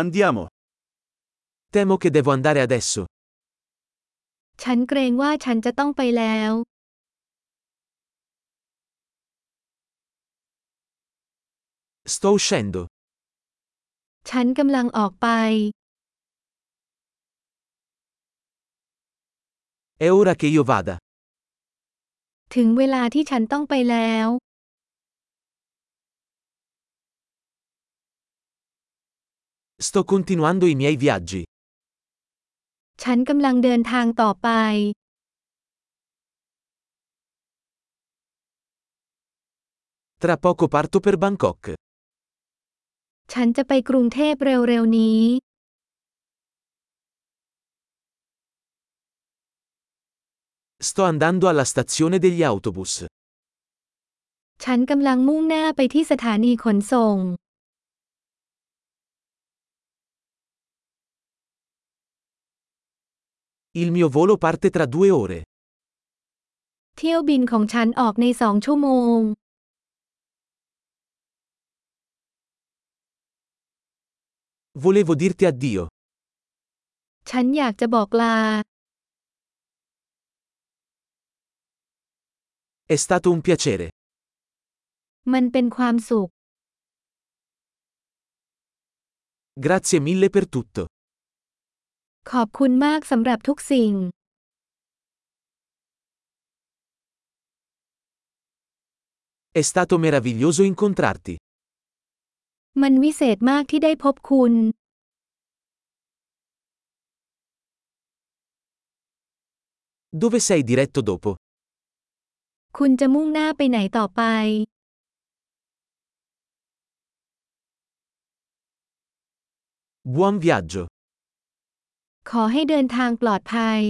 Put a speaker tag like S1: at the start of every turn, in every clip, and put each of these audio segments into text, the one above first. S1: Andiamo. Temo che devo andare adesso.
S2: ฉันเกรงว่าฉันจะต้องไปแล้ว
S1: Sto uscendo.
S2: ฉันกำลังออกไป
S1: È ora che io vada.
S2: ถึงเวลาที่ฉันต้องไปแล้ว
S1: Sto continuando i miei viaggi.
S2: ฉันกำลังเดินทางต่อไป
S1: Tra poco parto per Bangkok.
S2: ฉันจะไปกรุงเทพเร็วๆนี้
S1: Sto andando alla stazione degli autobus.
S2: ฉันกำลังมุ่งหน้าไปที่สถานีขนส่ง
S1: Il mio volo parte tra due ore.
S2: เที่ยวบินของฉันออกในสองชั่วโมง
S1: Volevo dirti addio.
S2: ฉันอยากจะบอกลา
S1: È stato un piacere.
S2: มันเป็นความสุข
S1: Grazie mille per tutto.
S2: ขอบคุณมากสำหรับทุกสิ่ง
S1: È stato meraviglioso incontrarti.
S2: มันวิเศษมากที่ได้พบคุณ
S1: Dove sei diretto dopo?
S2: คุณจะมุ่งหน้าไปไหนต่อไป
S1: Buon viaggio.
S2: ขอให้เดินทางปลอดภัย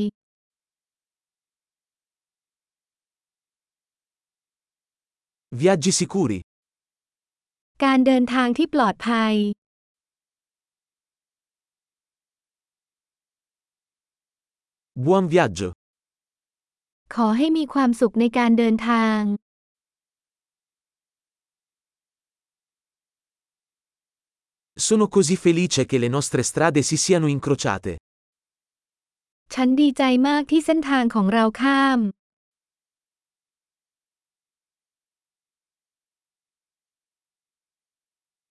S1: Viaggi sicuri.
S2: การเดินทางที่ปลอดภัย
S1: Buon viaggio.
S2: ขอให้มีความสุขในการเดินทาง
S1: Sono così felice che le nostre strade si siano incrociate.
S2: ฉันดีใจมากที่เส้นทางของเราข้าม